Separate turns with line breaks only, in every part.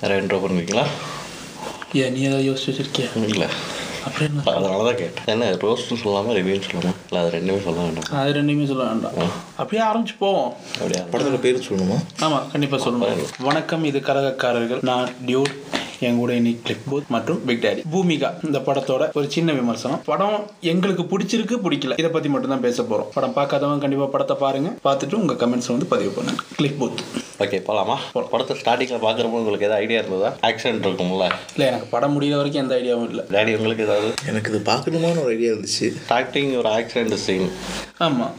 வேறு இன்ட்ரோ பண்ணுவீங்களா
ஏன் நீ ஏதாவது யோசிச்சு வச்சிருக்கியா
இல்லை
அப்புறம் என்ன
அதனால தான் கேட்டேன் என்ன ரோஸ்ட்டும் சொல்லாமல் ரிவ்யூன்னு சொல்லாமல் இல்லை அது ரெண்டுமே சொல்ல வேண்டாம்
அது ரெண்டுமே சொல்ல வேண்டாம் அப்படியே ஆரம்பிச்சு போவோம்
அப்படியா படத்தோட பேர் சொல்லணுமா
ஆமாம் கண்டிப்பாக சொல்லணும் வணக்கம் இது கரகக்காரர்கள் நான் டியூட் என் கூட இன்னைக்கு கிளிப் பூத் மற்றும் பிக் டேடி பூமிகா இந்த படத்தோட ஒரு சின்ன விமர்சனம் படம் எங்களுக்கு பிடிச்சிருக்கு பிடிக்கல இதை பற்றி மட்டும்தான் பேச போகிறோம் படம் பார்க்காதவங்க கண்டிப்பாக படத்தை பாருங்க பார்த்துட்டு உங்கள் கமெண்ட்ஸ் வந்து பதிவு பண்ணுங்க கிளிப் பூத்
ஓகே போகலாமா படத்தை ஸ்டார்டிங்கில் பார்க்குறப்போ உங்களுக்கு ஏதாவது ஐடியா இருந்ததா ஆக்சிடென்ட் இருக்கும்ல
இல்லை எனக்கு படம் முடியிற வரைக்கும் எந்த ஐடியாவும் இல்லை
டேடி உங்களுக்கு ஏதாவது
எனக்கு இது பார்க்கணுமான்னு ஒரு ஐடியா இருந்துச்சு
ஸ்டார்டிங் ஒரு ஆக்சிடென்ட் சீன்
ஆமாம்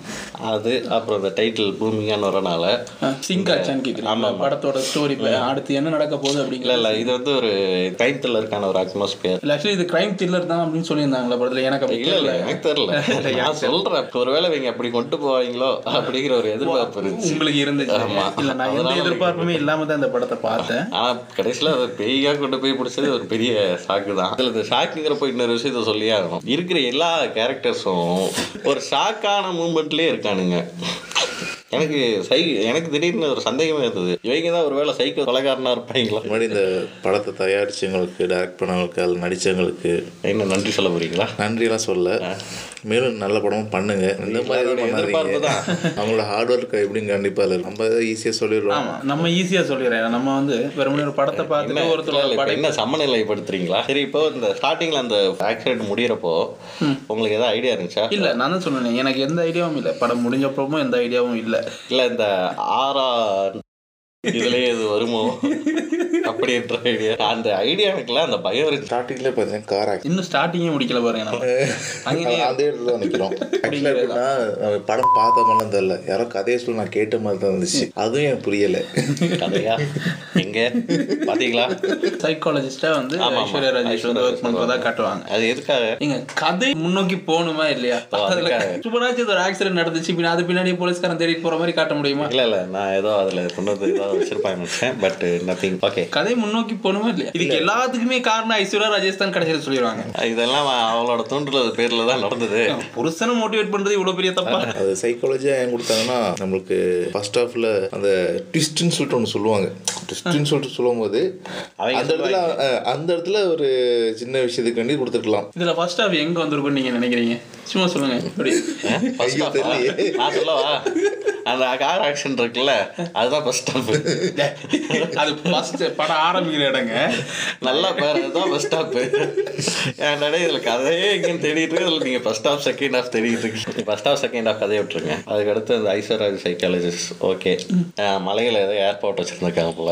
அது அப்புறம் இந்த டைட்டில் பூமிங்கான்னு வரனால
சிங்க் ஆச்சான்னு கேட்குறேன் படத்தோட ஸ்டோரி அடுத்து என்ன நடக்க போகுது அப்படிங்கிற
இல்லை இல்லை இது வந்து ஒரு டைம் த்ரில்லருக்கான ஒரு அட்மாஸ்பியர்
இல்லை ஆக்சுவலி இது கிரைம் த்ரில்லர் தான் அப்படின்னு சொல்லியிருந்தாங்களா படத்தில் எனக்கு அப்படி
இல்லை இல்லை எனக்கு தெரியல நான் சொல்கிறேன் ஒருவேளை இவங்க அப்படி கொண்டு போவாங்களோ அப்படிங்கிற ஒரு எதிர்பார்ப்பு இருந்துச்சு
உங்களுக்கு இருந்துச்சு இல்ல நான் எந்த எதிர்பார்ப்புமே இல்லாம தான் இந்த படத்தை பார்த்தேன்
ஆனா கடைசியில அதை பேயா கொண்டு போய் பிடிச்சது ஒரு பெரிய ஷாக்கு தான் அதுல இந்த ஷாக்குங்கிறப்ப இன்னொரு விஷயத்த சொல்லியே ஆகணும் இருக்கிற எல்லா கேரக்டர்ஸும் ஒரு ஷாக்கான மூமெண்ட்லயே இருக்கானுங்க எனக்கு சை எனக்கு திடீர்னு ஒரு சந்தேகமே இருந்தது இவங்க தான் ஒருவேளை சைக்கிள் கொலகாரனா இருப்பாங்களா
முன்னாடி இந்த படத்தை தயாரிச்சவங்களுக்கு டைரக்ட் பண்ணவங்களுக்கு அதில் நடித்தவங்களுக்கு
என்ன நன்றி சொல்ல போறீங்களா
நன்றியெல்லாம் சொல்ல மேலும் நல்ல படமும் பண்ணுங்க இந்த மாதிரி எதுவும்
எதிர்பார்ப்பு
பண்ணாதீங்க
தான்.
அவங்களோட ஹார்ட் ஒர்க் எப்படின்னு கண்டிப்பாக இல்லை நம்ம ஈஸியாக சொல்லிடுறோம்
ஆமா நம்ம ஈஸியா சொல்லிடுறேன் நம்ம வந்து வெறுமனே ஒரு படத்தை பார்த்துட்டு
இல்ல,
ஒருத்தரோட
இப்ப
படை
என்ன சமநிலைப்படுத்துறீங்களா சரி இப்போ இந்த ஸ்டார்டிங்ல அந்த ஆக்சிடென்ட் முடியறப்போ உங்களுக்கு ஏதாவது ஐடியா இருந்துச்சா
இல்ல நான் தான் சொன்னேன் எனக்கு எந்த ஐடியாவும் இல்ல படம் முடிஞ்ச அப்புறமும் எந்த ஐடியாவும் இல்ல
இல்ல இந்த ஆரா இதுலயே இது வருமோ அப்படின்ற ஐடியா அந்த ஐடியா எனக்குல அந்த பயம் இருந்துச்சு
ஸ்டார்டிங்லேயே பார்த்தீங்கன்னா கார் ஆக்சிடென்ட்
இன்னும் ஸ்டார்டிங்கே முடிக்கல பாருங்க நம்ம அங்கேயே
அதே இடத்துல தான் நிற்கிறோம் ஆக்சுவலாக எப்படின்னா நம்ம படம் பார்த்த மாதிரிலாம் தெரியல யாரோ கதையை சொல்லி நான் கேட்ட மாதிரி தான் இருந்துச்சு அதுவும் எனக்கு புரியலை
கதையா எங்க பாத்தீங்களா
சைக்காலஜிஸ்டா வந்து
ஆமா.
ஐஸ்வர்யா ராஜேஷ் வந்து ஒர்க் பண்றதா காட்டுவாங்க
அது எதுக்காக
நீங்க கதை முன்னோக்கி போகணுமா இல்லையா
ஓ,
அதுல
அதுக்காக.
சூப்பராச்சு இது ஒரு ஆக்சிடென்ட் நடந்துச்சு பின்ன அது பின்னாடி போலீஸ்காரன் தேடிட்டு போற மாதிரி காட்ட முடியுமா
இல்ல இல்ல நான் ஏதோ அதுல கொண்டு வந்து ஏதோ வச்சிருப்பாங்க பட் நத்திங் ஓகே
கதை முன்னோக்கி போகணுமா இல்லையா இதுக்கு எல்லாத்துக்குமே காரணம் ஐஸ்வர்யா ராஜேஷ் தான் கடைசியில சொல்லிடுவாங்க
இதெல்லாம் அவளோட தூண்டுதல் பேர்ல தான் நடந்தது
புருஷனை மோட்டிவேட் பண்றது இவ்வளவு பெரிய தப்பா
அது சைக்காலஜியாக ஏன் கொடுத்தாங்கன்னா நம்மளுக்கு ஃபர்ஸ்ட் ஹாஃபில் அந்த ட்விஸ்ட்னு சொல்லிட்டு ஒன்று சொல்லுவாங்க ட்விஸ்ட்னு சொல்லிட்டு சொல்லும்போது
அவங்க
அந்த இடத்துல அஹ், அந்த இடத்துல ஒரு சின்ன விஷயத்துக்கு வேண்டி கொடுத்துருக்கலாம்
இதுல ஃபர்ஸ்ட் ஹாஃப் எங்க வந்திருக்கும் நீங்க நினைக்கிறீங்க சும்மா சொல்லுங்க இப்படி
First half ஆ? நான் சொல்லவா அந்த கார் ஆக்ஷன் இருக்குல்ல அதுதான் ஃபர்ஸ்ட் ஸ்டாப்
அது ஃபர்ஸ்ட் படம் ஆரம்பிக்கிற இடங்க
நல்லா பாரு அதுதான் பஸ் ஸ்டாப்பு என்னடா இதில் கதையே எங்கேன்னு தேடிட்டு இதில் நீங்கள் ஃபஸ்ட் ஹாஃப் செகண்ட் ஹாஃப் தேடிட்டு இருக்கீங்க ஃபஸ்ட் ஹாஃப் செகண்ட் ஹாஃப் கதையை விட்டுருங்க அதுக்கடுத்து அந்த ஐஸ்வர்ராஜ் சைக்காலஜிஸ்ட் ஓகே மலையில் ஏதோ ஏர்போர்ட் வச்சுருந்துருக்காங்க போல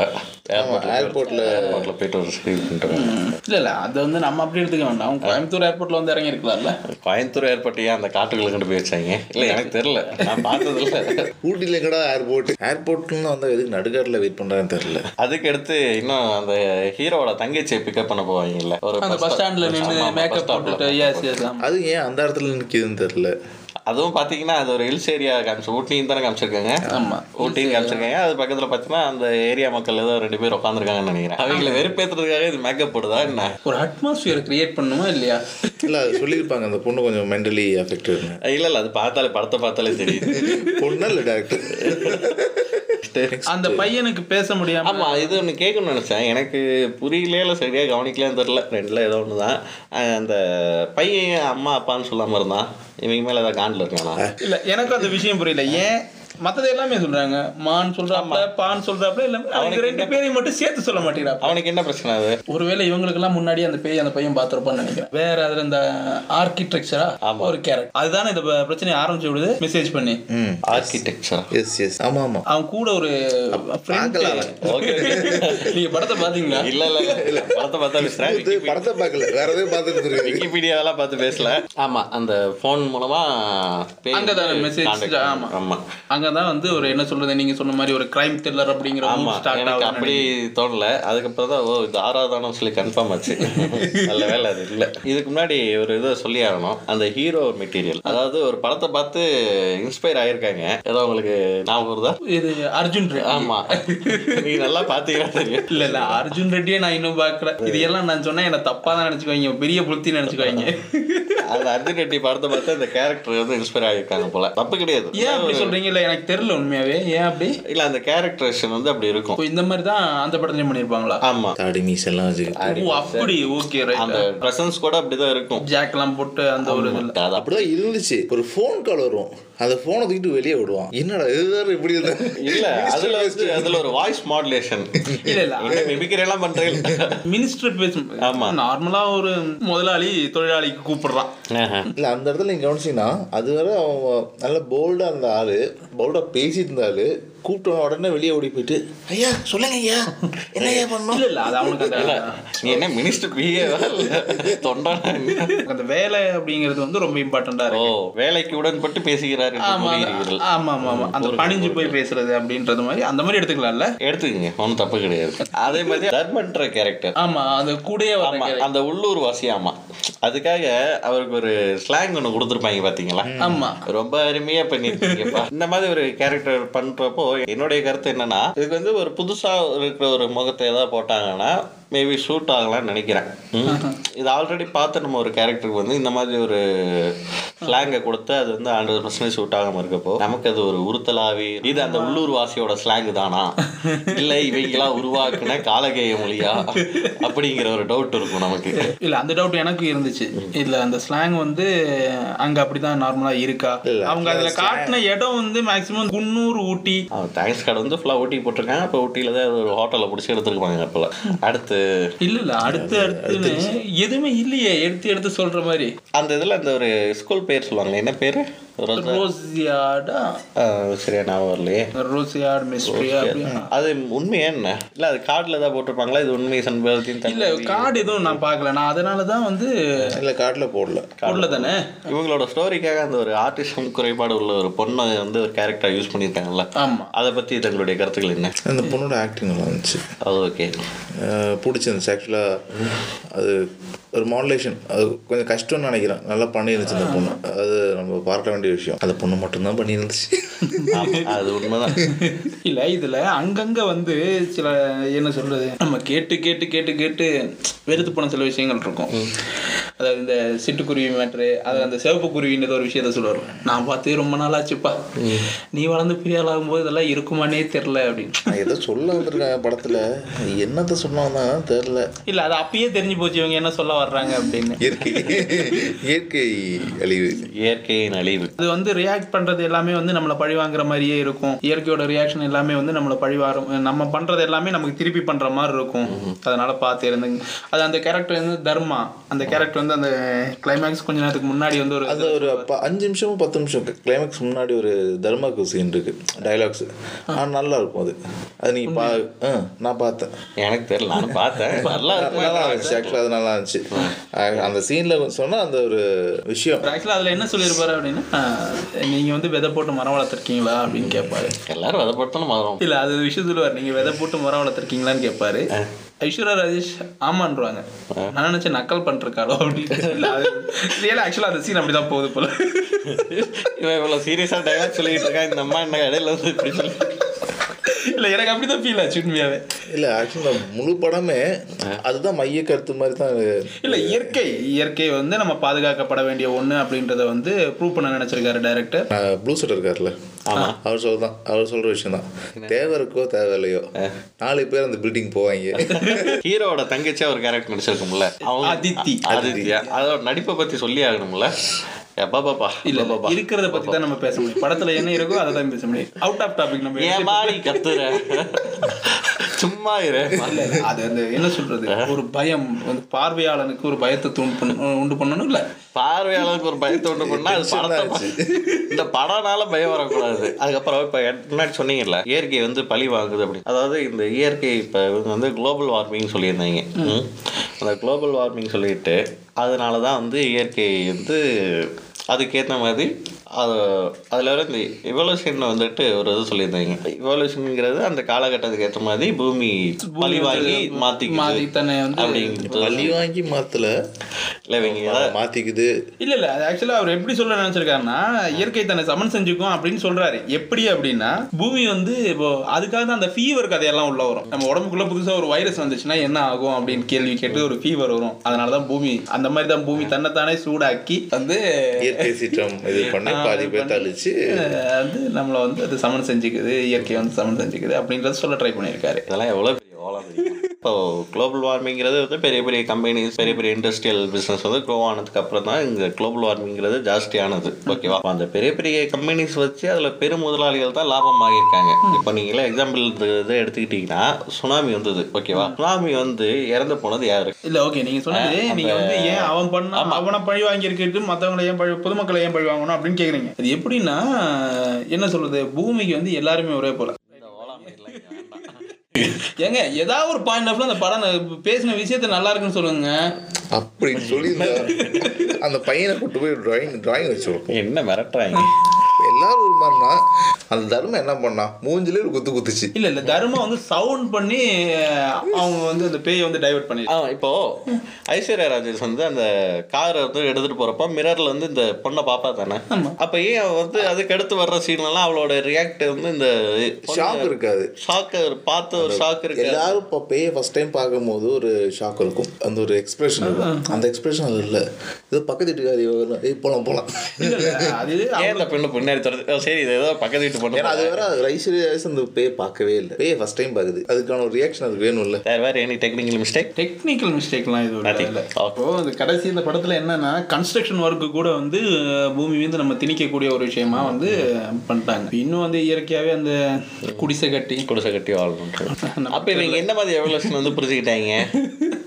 ஏர்போர்ட்
ஏர்போர்ட்டில்
ஏர்போர்ட்டில் போயிட்டு ஒரு ஸ்க்ரீன் பண்ணுறாங்க
இல்ல இல்ல அது வந்து நம்ம அப்படி எடுத்துக்க வேண்டாம் அவங்க கோயம்புத்தூர் ஏர்போர்ட்ல வந்து இறங்கி இருக்கலாம்ல
கோயம்புத்தூர் ஏர்போர்ட் ஏன் அந்த காட்டுக்குள்ள கொண்டு போய் வச்சாங்க இல்லை எனக்கு தெரில நான் பார்த்தது இல்லை
ஊட்டியில் எங்கடா ஏர்போர்ட் ஏர்போர்ட்னு வந்து எதுக்கு நடுக்காட்டில் வெயிட் பண்ணுறான்னு தெரில
அதுக்கு அடுத்து இன்னும் அந்த ஹீரோவோட தங்கச்சியை பிக்கப் பண்ண போவாங்கல்ல ஒரு
அந்த பஸ் ஸ்டாண்ட்ல நின்று மேக்கப் போட்டுட்டு எஸ் எஸ்
அது ஏன் அந்த இடத்துல நிற்கிதுன்னு தெரில
அதுவும் பார்த்தீங்கன்னா அது ஒரு ஹில்ஸ் ஏரியா காமிச்சு ஊட்டியும் தானே காமிச்சிருக்காங்க
ஆமா
ஊட்டின்னு காமிச்சிருக்காங்க அது பக்கத்துல பார்த்தீங்கன்னா அந்த ஏரியா மக்கள் ஏதோ ரெண்டு பேர் உட்காந்துருக்காங்கன்னு நினைக்கிறேன் அவங்களை வெறுப்பேத்துறதுக்காக இது மேக்கப் போடுதா என்ன
ஒரு அட்மாஸ்பியர் கிரியேட் பண்ணுமா இல்லையா
இல்லை அது சொல்லியிருப்பாங்க அந்த பொண்ணு கொஞ்சம் மென்டலி அஃபெக்ட்
இல்ல இல்ல அது பார்த்தாலே படத்தை பார்த்தாலே தெரியுது
பொண்ணு இல்லை டேரக்டர்
அந்த பையனுக்கு பேச முடியாம
ஆமா இது ஒன்று கேட்கணும்னு நினைச்சேன் எனக்கு புரியல இல்லை சரியாக கவனிக்கலன்னு தெரில ரெண்டுல ஏதோ ஒன்று தான் அந்த பையன் அம்மா அப்பான்னு சொல்லாம இருந்தான் இவங்க மேல ஏதாவது காண்டில் இருக்கானா
இல்ல எனக்கு அந்த விஷயம் புரியல ஏன் மத்தது எல்லாமே சொல்றாங்க மான் சொல்றாப்ல பான் சொல்றாப்ல இல்ல அவங்க ரெண்டு பேரையும் மட்டும் சேர்த்து சொல்ல மாட்டேங்கிறா
அவனுக்கு என்ன பிரச்சனை அது
ஒருவேளை இவங்களுக்கெல்லாம் முன்னாடி அந்த பேய் அந்த பையன் பார்த்துருப்பான்னு நினைக்கிறேன் வேற அதுல இந்த ஆர்கிடெக்சரா ஒரு கேரக்டர் அதுதானே இந்த ப- பிரச்சனையை ஆரம்பிச்சு விடுது மெசேஜ் பண்ணி
ஆர்கிடெக்சர்
எஸ் எஸ் ஆமாம் ஆமாம்
அவன் கூட ஒரு friend.
ஓகே
நீங்க படத்தை பாத்தீங்களா
இல்ல இல்ல இல்ல படத்தை பார்த்தா பேசுறேன்
இது படத்தை பார்க்கல வேற எதுவும் பார்த்துட்டு இருக்கு
விக்கிபீடியாவெல்லாம் பார்த்து பேசல ஆமா அந்த ஃபோன் மூலமா
அங்கதான message, ஆமா.
ஆமா
அங்க அங்கே தான் வந்து ஒரு என்ன சொல்றது நீங்க சொன்ன மாதிரி ஒரு கிரைம் த்ரில்லர் அப்படிங்கிற
ஆமா
ஸ்டார்ட்
எனக்கு
ஆகும்
அப்படி தோணல அதுக்கப்புறம் தான் ஓ இது ஆறாவதானம் சொல்லி கன்ஃபார்ம் ஆச்சு நல்ல வேலை அது இல்லை இதுக்கு முன்னாடி ஒரு இதை சொல்லி ஆகணும் அந்த ஹீரோ மெட்டீரியல் அதாவது ஒரு படத்தை பார்த்து இன்ஸ்பயர் ஆயிருக்காங்க ஏதோ உங்களுக்கு ஞாபகம் வருதா
இது அர்ஜுன் ரெட்டி
ஆமா நீ நல்லா பார்த்தீங்கன்னா தெரியும்
இல்ல இல்ல அர்ஜுன் ரெட்டியே நான் இன்னும் பாக்குறேன் இதெல்லாம் நான் சொன்னா என்ன தப்பா தான் நினைச்சுக்குவாங்க பெரிய புலத்தி நினைச்சுக்குவாங்க
அந்த அர்ஜுன் ரெட்டி படத்தை பார்த்து அந்த கேரக்டர் வந்து இன்ஸ்பயர் ஆகியிருக்காங்க போல தப்பு கிடையாது
ஏன் அப்படி சொல்றீங்க இல்ல எனக்கு தெரியல உண்மையாவே ஏன் அப்படி
இல்ல அந்த கேரக்டரேஷன் வந்து அப்படி இருக்கும்
இப்போ இந்த மாதிரி தான் அந்த படத்துலயும் பண்ணிருப்பாங்களா
ஆமா
தாடி மீஸ் எல்லாம் வச்சுக்கிட்டு
ஓ அப்படி ஓகே
அந்த பிரசன்ஸ் கூட அப்படிதான் இருக்கும்
ஜாக்லாம் போட்டு அந்த ஒரு இதுல
அது
அப்படிதான் இருந்துச்சு ஒரு ஃபோன் கால் வரும் அந்த ஃபோனை தூக்கிட்டு வெளியே விடுவான் என்னடா இதுதான் இப்படி இருந்தா
இல்ல அதுல வந்து அதுல ஒரு வாய்ஸ் மாடுலேஷன்
இல்ல இல்ல
என்ன மிமிக்கிரி எல்லாம் பண்றீங்க
மினிஸ்டர் பேசும்
ஆமா.
நார்மலா ஒரு முதலாளி தொழிலாளிக்கு கூப்பிடுறான்
இல்ல அந்த இடத்துல நீங்க கவனிச்சீங்கன்னா அது வரை அவன் நல்ல போல்டா இருந்த ஆளு போல்டா பேசிட்டு இருந்த ஆளு கூப்பிட்ட உடனே வெளியே ஓடி போயிட்டு ஐயா சொல்லுங்க ஐயா என்ன ஐயா பண்ணோம்
இல்ல இல்ல அது அவனுக்கு அந்த
நீ என்ன மினிஸ்டர் பிஏ தொண்டான
அந்த வேலை அப்படிங்கிறது வந்து ரொம்ப இம்பார்ட்டண்டா
ஓ
இருக்கு
வேலைக்கு உடன்பட்டு பேசுகிறார் என்று
ஆமா
கூறுகிறீர்கள்.
ஆமா ஆமா ஆமா அந்த பணிஞ்சு போய் பேசுறது அப்படின்றது மாதிரி அந்த மாதிரி எடுத்துக்கலாம்ல
எடுத்துக்கங்க ஒன்றும் தப்பு கிடையாது அதே மாதிரி தர்மன்ற கேரக்டர்
ஆமா அது கூடயே வர
ஆமா
character.
அந்த உள்ளூர் வாசியாமா அதுக்காக அவருக்கு ஒரு ஸ்லாங் ஒன்று கொடுத்துருப்பாங்க பாத்தீங்களா
ஆமா
ரொம்ப அருமையா பண்ணிருக்கீங்கப்பா இந்த மாதிரி ஒரு கேரக்டர் பண்றப்போ என்னுடைய கருத்து என்னன்னா இதுக்கு வந்து ஒரு புதுசா இருக்கிற ஒரு முகத்தை ஏதாவது போட்டாங்கன்னா மேபி ஷூட் ஆகலாம்னு நினைக்கிறேன் ம். இது ஆல்ரெடி பார்த்து நம்ம ஒரு கேரக்டருக்கு வந்து இந்த மாதிரி ஒரு ஸ்லாங்கை கொடுத்து அது வந்து ஹண்ட்ரட் பர்சன்டேஜ் ஷூட் ஆகாம இருக்கப்போ நமக்கு அது ஒரு உறுத்தலாவே இது அந்த உள்ளூர் வாசியோட ஸ்லாங் தானா இல்லை இவங்களா உருவாக்குன காலகேய மொழியா அப்படிங்கிற ஒரு டவுட் இருக்கும் நமக்கு
இல்ல அந்த டவுட் எனக்கு இருந்துச்சு இல்ல அந்த ஸ்லாங் வந்து அங்க அப்படிதான் நார்மலா இருக்கா
இல்ல,
அவங்க அதுல காட்டின இடம் வந்து மேக்சிமம் குன்னூர் ஊட்டி
அவன் தேங்க்ஸ் கார்டு வந்து ஃபுல்லாக ஊட்டி போட்டிருக்காங்க அப்போ ஊட்டியில் தான் ஒரு ஹோட்டலில் பிடிச்சி எடுத்துருப்பாங்க அப்போல அடுத்து
இல்ல இல்ல அடுத்து அடுத்துன்னு எதுவுமே இல்லையே எடுத்து எடுத்து சொல்ற மாதிரி
அந்த இதில் அந்த ஒரு ஸ்கூல் பேர் சொல்லுவாங்களே என்ன பேர் ரோஜா
ரோசியாடா
ஆ, சரியா ஞாபகம் வரலையே
ரோசியாட் மிஸ்ட்ரியா அப்படின்னு
அது உண்மையா என்ன இல்லை அது கார்டில் தான் போட்டிருப்பாங்களா இது உண்மை சண்பகத்தின்
இல்ல
தன்மை
கார்டு எதுவும் நான் பார்க்கல நான் அதனால தான் வந்து
இல்ல காட்டுல போடல
உள்ள தானே
இவங்களோட ஸ்டோரிக்காக அந்த ஒரு ஆர்டிசம் குறைபாடு உள்ள ஒரு பொண்ணை வந்து ஒரு கேரக்டர் யூஸ் பண்ணியிருக்காங்கல்ல
ஆமா
அதை பற்றி தங்களுடைய கருத்துக்கள் என்ன
அந்த பொண்ணோட ஆக்டிங் நல்லா இருந்துச்சு
அது ஓகே
அஹ் பிடிச்சிருந்துச்சு ஆக்சுவலாக அது ஒரு மாடுலேஷன் அது கொஞ்சம் கஷ்டம்னு நினைக்கிறேன் நல்லா பண்ணியிருந்துச்சு அந்த பொண்ணு அது நம்ம பார்க்க வேண்டிய விஷயம் அந்த பொண்ணு மட்டும்தான் பண்ணியிருந்துச்சு
ஆமாம் அது உண்மைதான்
இல்ல இதுல அங்கங்க வந்து சில என்ன சொல்றது நம்ம கேட்டு கேட்டு கேட்டு கேட்டு வெறுத்து போன சில விஷயங்கள் இருக்கும் அதாவது இந்த சிட்டுக்குருவி மேட்ரு அதில் அந்த சிவப்பு குருவின்றது ஒரு விஷயத்த சொல்லுவார் நான் பார்த்தே ரொம்ப நாள் ஆச்சுப்பா நீ வளர்ந்து பெரிய ஆள் ஆகும்போது இதெல்லாம் இருக்குமானே தெரில அப்படின்னு
நான் ஏதோ சொல்ல வந்திருக்கேன் படத்தில் என்னத்த சொன்னாங்கன்னா தெரில
இல்ல அது அப்பயே தெரிஞ்சு போச்சு இவங்க என்ன சொல்ல வர்றாங்க அப்படின்னு
இயற்கை இயற்கை அழிவு
இயற்கையின் அழிவு
அது வந்து ரியாக்ட் பண்றது எல்லாமே வந்து நம்மளை பழி வாங்குற மாதிரியே இருக்கும் இயற்கையோட ரியாக்ஷன் எல்லாமே வந்து நம்மளை பழி வாரும் நம்ம பண்றது எல்லாமே நமக்கு திருப்பி பண்ற மாதிரி இருக்கும் அதனால பார்த்து இருந்துங்க அது அந்த கேரக்டர் வந்து தர்மா அந்த கேரக்டர் வந்து அந்த கிளைமேக்ஸ் கொஞ்ச நேரத்துக்கு முன்னாடி வந்து ஒரு
அது ஒரு ப- அஞ்சு நிமிஷமும் பத்து நிமிஷம் கிளைமேக்ஸ் முன்னாடி ஒரு தர்மாக்கு சீன் இருக்கு டைலாக்ஸ் ஆனால் நல்லா இருக்கும் அது அது நீங்கள் பா ஆ நான் பார்த்தேன்
எனக்கு தெரியல நானும் பார்த்தேன் நல்லா இருக்குமா
நல்லா இருந்துச்சு ஆக்சுவலாக அது நல்லா இருந்துச்சு அ- அந்த சீனில் சொன்னால் அந்த ஒரு விஷயம்
ஆக்சுவலாக அதில் என்ன சொல்லியிருப்பாரு அப்படின்னா நீங்கள் வந்து விதை போட்டு மரம் வளர்த்துருக்கீங்களா அப்படின்னு கேட்பாரு
எல்லாரும் அதை படுத்தணும் மாறும்
இல்லை அது ஒரு விஷயம் சொல்லுவார் நீங்கள் விதை போட்டு மரம் வளர்த்துருக்கீங்களான்னு கேட்பாரு ஐஸ்வர்யா ராஜேஷ் ஆமான்றாங்க நான் நினச்சேன் நக்கல் பண்ணிருக்காளோ அப்படின்னு இல்லை அது ரியலாக ஆக்சுவலாக அந்த சீன் அப்படி தான் போகுது போல
இவன் இவ்வளோ சீரியஸாக டைலாக் சொல்லிட்டு இருக்கான் இந்த அம்மா என்ன இடையில வந்து இப்படி சொல்லி
இல்லை எனக்கு அப்படி தான் ஃபீல் ஆச்சு உண்மையாவே
இல்ல ஆக்சுவலா முழு படமே அதுதான் மைய கருத்து மாதிரி தான்
இல்லை இயற்கை இயற்கை வந்து நம்ம பாதுகாக்கப்பட வேண்டிய ஒன்று அப்படின்றத வந்து ப்ரூவ் பண்ண நினச்சிருக்காரு டேரக்டர்
ப்ளூ ஷர்ட் இருக்கார்ல அவர் சொல்றதான் அவர் சொல்ற விஷயம் தான் தேவை இருக்கோ தேவை இல்லையோ நாலு பேர் அந்த பில்டிங் போவாங்க
ஹீரோவோட தங்கச்சியா ஒரு கேரக்டர் நடிச்சிருக்கும்ல அவங்க
அதித்தி.
அதித்தியா அதோட நடிப்பை பத்தி சொல்லி ஆகணும்ல எப்பா பாப்பா
இல்லை இருக்கிறத பற்றி தான் நம்ம பேச முடியும் படத்தில் என்ன இருக்கோ அதை தான் பேச முடியும் அவுட் ஆஃப் டாபிக் நம்ம எடுத்து
ஏமா நீ கத்துற சும்மா இரு
இல்ல, இல்ல, அது அந்த என்ன சொல்றது ஒரு பயம் வந்து பார்வையாளனுக்கு ஒரு பயத்தை தூண்டு பண்ண- உண்டு பண்ணணும் இல்ல
பார்வையாளருக்கு ஒரு பயத்தை உண்டு பண்ணா அது படத்தை பா- இந்த படம்னால பயம் வரக்கூடாது அதுக்கப்புறம் இப்ப என்- முன்னாடி சொன்னீங்கல்ல இயற்கை வந்து பழி வாங்குது அப்படி அதாவது இந்த இயற்கை இப்ப இவங்க வந்து குளோபல் வார்மிங் சொல்லியிருந்தாங்க ம். அந்த குளோபல் வார்மிங் சொல்லிட்டு அதனால தான் வந்து இயற்கை வந்து அதுக்கேற்ற மாதிரி அது அதில் வர இந்த இவல்யூஷனில் வந்துட்டு ஒரு இது சொல்லியிருந்தாங்க இவல்யூஷனுங்கிறது அந்த காலகட்டத்துக்கு ஏற்ற மாதிரி பூமி பழி வாங்கி மாற்றி
மாத்தி தன்னை வந்து-
அப்படிங்கிறது
பழி வாங்கி மாத்தல
இல்லை இவங்க ஏதாவது
மாத்திக்குது
இல்ல இல்ல அது ஆக்சுவலா அவர் எப்படி சொல்ல நினைச்சிருக்காருன்னா இயற்கை தன்னை சமன் செஞ்சுக்கும் அப்படின்னு சொல்றாரு எப்படி அப்படின்னா பூமி வந்து இப்போ அதுக்காக தான் அந்த ஃபீவர் கதையெல்லாம் உள்ள வரும் நம்ம உடம்புக்குள்ள புதுசா ஒரு வைரஸ் வந்துச்சுன்னா என்ன ஆகும் அப்படின்னு கேள்வி கேட்டு ஒரு ஃபீவர் வரும் அதனாலதான் பூமி அந்த மாதிரி தான் பூமி தன்னைத்தானே சூடாக்கி வந்து
இயற்கை சீற்றம் இது பண்ணி
ஆ,
பாதி
இது
பேர்
பண்ணி-
தள்ளிச்சு
அஹ், வந்து நம்மளை வந்து அது சமன் செஞ்சுக்குது இயற்கை வந்து சமன் செஞ்சுக்குது அப்படின்றத சொல்ல ட்ரை பண்ணியிருக்காரு
இதெல்லாம் எவ்வளோ பெரிய ஓலை தெரியுமா? இப்போ குளோபல் வார்மிங்கிறது வந்து பெரிய பெரிய கம்பெனிஸ் பெரிய பெரிய இண்டஸ்ட்ரியல் பிஸ்னஸ் வந்து க்ரோ ஆனதுக்கு அப்புறம் தான் இந்த குளோபல் வார்மிங்கிறது ஜாஸ்தியானது ஓகேவா அந்த பெரிய பெரிய கம்பெனிஸ் வச்சு அதில் பெரும் முதலாளிகள் தான் லாபம் ஆகியிருக்காங்க இப்போ நீங்களே எக்ஸாம்பிள் இதை எடுத்துக்கிட்டிங்கன்னா சுனாமி வந்தது ஓகேவா சுனாமி வந்து இறந்து போனது யாரு
இல்ல ஓகே நீங்க சொன்னது
ஆ,
நீங்க
அந்த-
வந்து ஏன் அவன் பண்ணா அவனை பழி வாங்கி இருக்கிறது மத்தவங்களை ஏன் பழி பொதுமக்களை ஏன் பழி வாங்கணும் அப்படின்னு கேக்குறீங்க அது எப்படின்னா என்ன சொல்றது பூமிக்கு வந்து எல்லாருமே ஒரே போல ஏங்க ஏதாவது ஒரு பாயிண்ட் ஆஃப்ல அந்த படம் ந- பேசின விஷயத்த நல்லா இருக்குன்னு சொல்லுங்க
அப்படின்னு சொல்லி அந்த பையனை கூட்டு போய் டிராயிங் டிராயிங் வச்சிருவோம்
என்ன மிரட்டுறாங்க
எல்லாரும் ஒரு மாதிரினா அந்த தர்மம் என்ன பண்ணா மூஞ்சிலே ஒரு குத்து குத்துச்சு
இல்ல இல்ல தர்மா வந்து சவுண்ட் பண்ணி அஹ், அவங்க வந்து அந்த பேயை வந்து டைவர்ட் பண்ணி
ஆ இப்போ ஐஸ்வர்யா ராஜேஷ் வந்து அந்த காரை வந்து எடுத்துட்டு போறப்ப மிரர்ல வந்து இந்த பொண்ணை பாப்பா தானே
ஆமா.
அப்ப ஏன் அவ வந்து அதுக்கு அடுத்து வர்ற சீன் எல்லாம் அவளோட ரியாக்ட் வந்து இந்த
ஷாக் இருக்காது
ஷாக்கு பார்த்து ஒரு ஷாக் இருக்கு
எல்லாரும் இப்போ பேயை ஃபர்ஸ்ட் டைம் பார்க்கும்போது ஒரு ஷாக் இருக்கும் அந்த ஒரு எக்ஸ்பிரஷன் இருக்கும் அந்த எக்ஸ்பிரஷன் அதில் இல்லை இது பக்கத்து வீட்டுக்காரி இவங்க, ஏய் போகலாம் போகலாம்
இல்ல இல்ல அது
ஏன் இந்த பெண்ணு பின்னாடி தொடர்ந்து ஓ, சரி இது ஏதோ பக்கத்து வீட்டு பொண்ணு
ஏன்னா அது வேற ரைசரி ரைஸ் அந்த பேயை பார்க்கவே இல்லை பேயை ஃபர்st டைம் பார்க்குது அதுக்கான ஒரு ரியாக்ஷன் அது வேணும்ல
வேற வேற எனி டெக்னிக்கல் மிஸ்டேக்
டெக்னிக்கல் மிஸ்டேக்லாம் இது
Nothing.
இல்லை
Okay.
அப்போ இந்த கடைசி இந்த படத்துல என்னன்னா கன்ஸ்ட்ரக்ஷன் ஒர்க்கு கூட வந்து அஹ், பூமி வந்து நம்ம திணிக்கக்கூடிய ஒரு விஷயமா வந்து பண்ணிட்டாங்க இன்னும் வந்து இயற்கையாவே அந்த குடிசை கட்டி
குடிசை கட்டி வாழணும் அப்ப இவங்க என்ன மாதிரி எவல்யூஷன் வந்து புரிஞ்சுக்கிட்டாங்க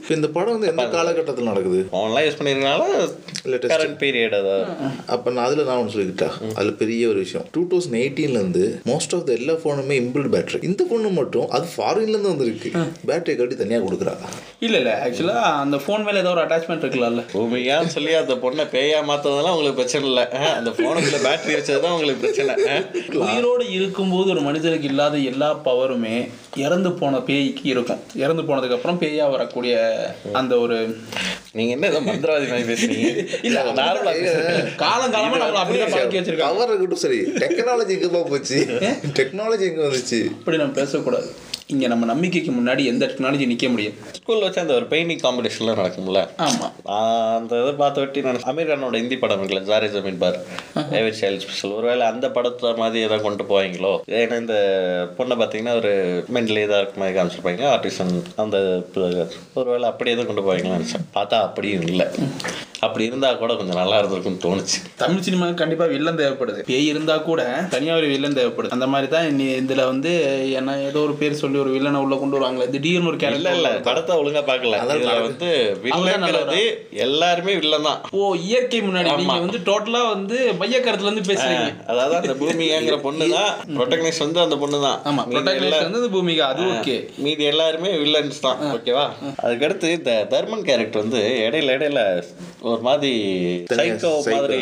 இப்போ இந்த படம் வந்து எந்த காலகட்டத்தில் நடக்குது
ஃபோன்லாம் யூஸ் பண்ணிருக்கனால
Latest.
கரண்ட் பீரியட் அதாவது
அப்போ நான் அதில் நான் ஒன்று சொல்லிக்கிட்டா அது பெரிய ஒரு விஷயம் டூ தௌசண்ட் எயிட்டீன்லேருந்து மோஸ்ட் ஆஃப் த எல்லா ஃபோனுமே இம்பிள்ட் பேட்டரி இந்த ஃபோனு மட்டும் அது ஃபாரின்லேருந்து வந்திருக்கு பேட்டரி கட்டி தனியாக கொடுக்குறாங்க
இல்ல இல்ல ஆக்சுவலா அந்த ஃபோன் மேல ஏதோ ஒரு அட்டாச்மெண்ட் இருக்குல்ல
பூமியான்னு சொல்லி அந்த பொண்ணை பேயா மாத்ததெல்லாம் உங்களுக்கு பிரச்சனை இல்லை அந்த போனுக்குள்ள பேட்டரி வச்சதுதான் உங்களுக்கு பிரச்சனை ஆ?
உயிரோடு இருக்கும்போது ஒரு மனிதனுக்கு இல்லாத எல்லா பவருமே இறந்து போன பேய்க்கு இருக்கும் இறந்து போனதுக்கு அப்புறம் பேயா வரக்கூடிய அந்த ஒரு
நீங்க என்ன ஏதோ மந்திரவாதி மாதிரி பேசுறீங்க இல்ல நார்மலா பேசுறீங்க
காலம் காலமா நம்ம அப்படிதான் பழக்கி வச்சிருக்காங்க
கவர் இருக்கட்டும் சரி டெக்னாலஜி எங்கேப்பா போச்சு டெக்னாலஜி எங்கே வந்துச்சு
இப்படி நம்ம பேசக்கூடாது இங்க நம்ம நம்பிக்கைக்கு முன்னாடி எந்த டெக்னாலஜி நிக்க முடியும்
ஸ்கூல்ல வச்சு அந்த ஒரு பெயிண்டிங் காம்படிஷன்லாம் நடக்கும்ல
ஆமா
நான் அந்த இதை பார்த்து விட்டு நான் அமீர் கானோட ஹிந்தி படம் இருக்குல்ல Taare Zameen Par David child special ஒருவேளை அந்த படத்தை மாதிரி எதாவது கொண்டு போவாங்களோ ஏன்னா இந்த பொண்ணை பார்த்தீங்கன்னா ஒரு மென்டலி இதாக இருக்க மாதிரி காமிச்சிருப்பாங்க ஆர்டிசன் அந்த பு- ஒருவேளை அப்படி எதுவும் கொண்டு போவாங்களான்னு நினச்சேன் பார்த்தா அப்படியும் இல்லை அப்படி இருந்தால் கூட கொஞ்சம் நல்லா இருந்திருக்கும்னு தோணுச்சு
தமிழ் சினிமாவுக்கு கண்டிப்பா வில்லன் தேவைப்படுது பேய் இருந்தா கூட தனியா ஒரு வில்லன் தேவைப்படுது அந்த மாதிரி தான் இனி இதுல வந்து என்ன ஏதோ ஒரு பேர் சொல்லி ஒரு வில்லனை உள்ள கொண்டு வருவாங்களே திடீர்னு ஒரு
இல்ல
கேரக்டர்
இல்ல படத்தை ஒழுங்கா பாக்கல
அதான்
இதுல
படம்.
வந்து
அவர்தான் நல்லா
வில்லங்கிறது எல்லாருமே வில்லன் தான்
ஓ இயற்கை முன்னாடி
ஆமா.
நீங்க வந்து டோட்டலா வந்து மைய கருத்துல இருந்து பேசுறீங்க
அதாவது அந்த பூமியாங்கிற பொண்ணு தான் ப்ரொட்டகனிஸ்ட் வந்து அந்த பொண்ணு தான்
ஆமா
மீதி எல்லா-
protagonist வந்து அது பூமிகா அது ஓகே
மீதி எல்லாருமே வில்லன்ஸ் தான் ஓகேவா அதுக்கடுத்து இந்த தர்மன் கேரக்டர் வந்து இடையில இடையில ஒரு மாதிரி சைக்கோ மாதிரி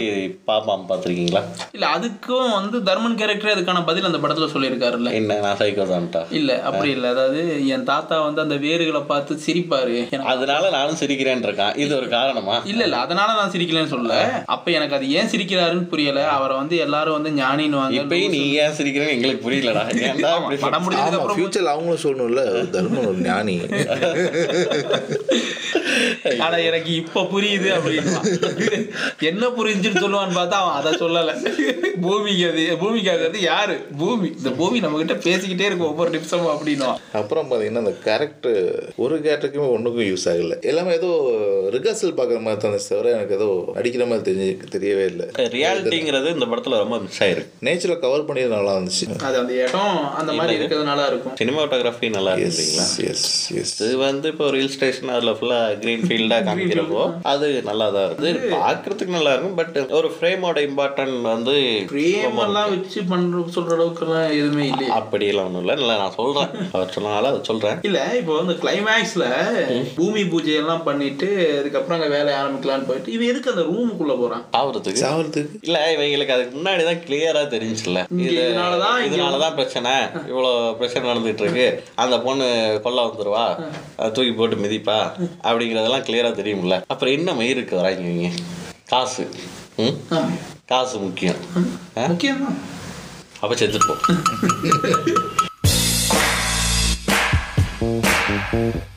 பாப்பாம் பார்த்துருக்கீங்களா
இல்ல அதுக்கும் வந்து தர்மன் கேரக்டரே அதுக்கான பதில் அந்த படத்துல சொல்லியிருக்காருல்ல
என்ன நான் சைக்கோ தான்ட்டா
இல்ல அப்படி இல்ல அதாவது என் தாத்தா வந்து அந்த வேர்களை பார்த்து சிரிப்பாரு எனக்கு-
அதனால நானும் சிரிக்கிறேன் இருக்கான் இது ஒரு காரணமா
இல்ல இல்ல அதனால நான் சிரிக்கலன்னு சொல்லல அப்ப எனக்கு அது ஏன் சிரிக்கிறாருன்னு புரியல அவரை வந்து எல்லாரும் வந்து ஞானின்னு வாங்க
இப்பயும் நீ ஏன் சிரிக்கிறேன்னு எங்களுக்கு புரியலடா ஏன்டா இப்படி
படம் முடிஞ்சதுக்கு
ஆமாம்
அப்புறம்
ஃபியூச்சரில் அவங்களும் சொல்லணும்ல ஒரு தர்மன் ஒரு ஞானி
ஆனா எனக்கு இப்ப புரியுது அப்படின்னு என்ன புரிஞ்சுன்னு சொல்லுவான்னு பார்த்தா அவன் அதை சொல்லல பூமிக்கு அது பூமிக்காக அது யாரு பூமி இந்த பூமி நம்ம கிட்ட பேசிக்கிட்டே இருக்கும் ஒவ்வொரு நிமிஷமும் அப்படின்னா
அப்புறம் பார்த்தீங்கன்னா அந்த கேரக்டர் ஒரு கேரக்டருக்குமே ஒன்றுக்கும் யூஸ் ஆகலை எல்லாமே ஏதோ ரிகர்சல் பார்க்குற மாதிரி தான் இருந்துச்சு தவிர எனக்கு ஏதோ அடிக்கிற மாதிரி தெரிஞ்சு தெரியவே இல்லை
ரியாலிட்டிங்கிறது இந்த படத்துல ரொம்ப மிஸ் ஆயிருக்கு
நேச்சுரல் கவர் பண்ணியது நல்லா இருந்துச்சு
அது அந்த இடம் அந்த மாதிரி இருக்கிறதுனால இருக்கும்
சினிமாட்டோகிராஃபி நல்லா இருந்தீங்களா
எஸ் எஸ் எஸ்
இது வந்து இப்போ ஒரு ஹில் ஸ்டேஷன் அதில் ஃபுல்லாக க்ரீன் ஃபீல்டாக காமிக்கிறப்போ அது நல்லா தான் இருக்குது பார்க்கறதுக்கு நல்லா இருக்கும் பட் ஒரு ஃப்ரேமோட இம்பார்ட்டன்ட் வந்து
பிரேம் எல்லாம் வச்சு பண்ற சொல்ற அளவுக்குலாம் எதுவுமே இல்லையே
அப்படியெல்லாம் ஒன்றும் இல்லை இல்லை நான் சொல்கிறேன் அவர் சொன்னால அதை சொல்கிறேன்
இல்ல இப்போ வந்து கிளைமேக்ஸ்ல பூமி பூஜை எல்லாம் பண்ணிட்டு அதுக்கப்புறம் அங்க வேலையை ஆரம்பிக்கலாம்னு போயிட்டு இவன் எதுக்கு அந்த ரூமுக்குள்ள போறான்
ஆவறதுக்கு
சாவறதுக்கு
இல்ல இவங்களுக்கு அதுக்கு முன்னாடி தான் கிளியரா தெரிஞ்சுச்சுல்ல
இங்க
இது
இதனாலதான் இங்க-
இதனாலதான் பிரச்சனை இவ்வளோ பிரச்சனை நடந்துட்டு இருக்கு அந்த பொண்ணு கொல்ல வந்துருவா அஹ் தூக்கி போட்டு மிதிப்பா அப்படிங்கிறதெல்லாம் கிளியரா தெரியும்ல அப்புறம் என்ன மயிருக்கு வராங்க இவங்க காசு ம்
ஆமா.
காசு முக்கியம் ஆ?
முக்கியம்தான்
அப்ப செத்துட்டு போ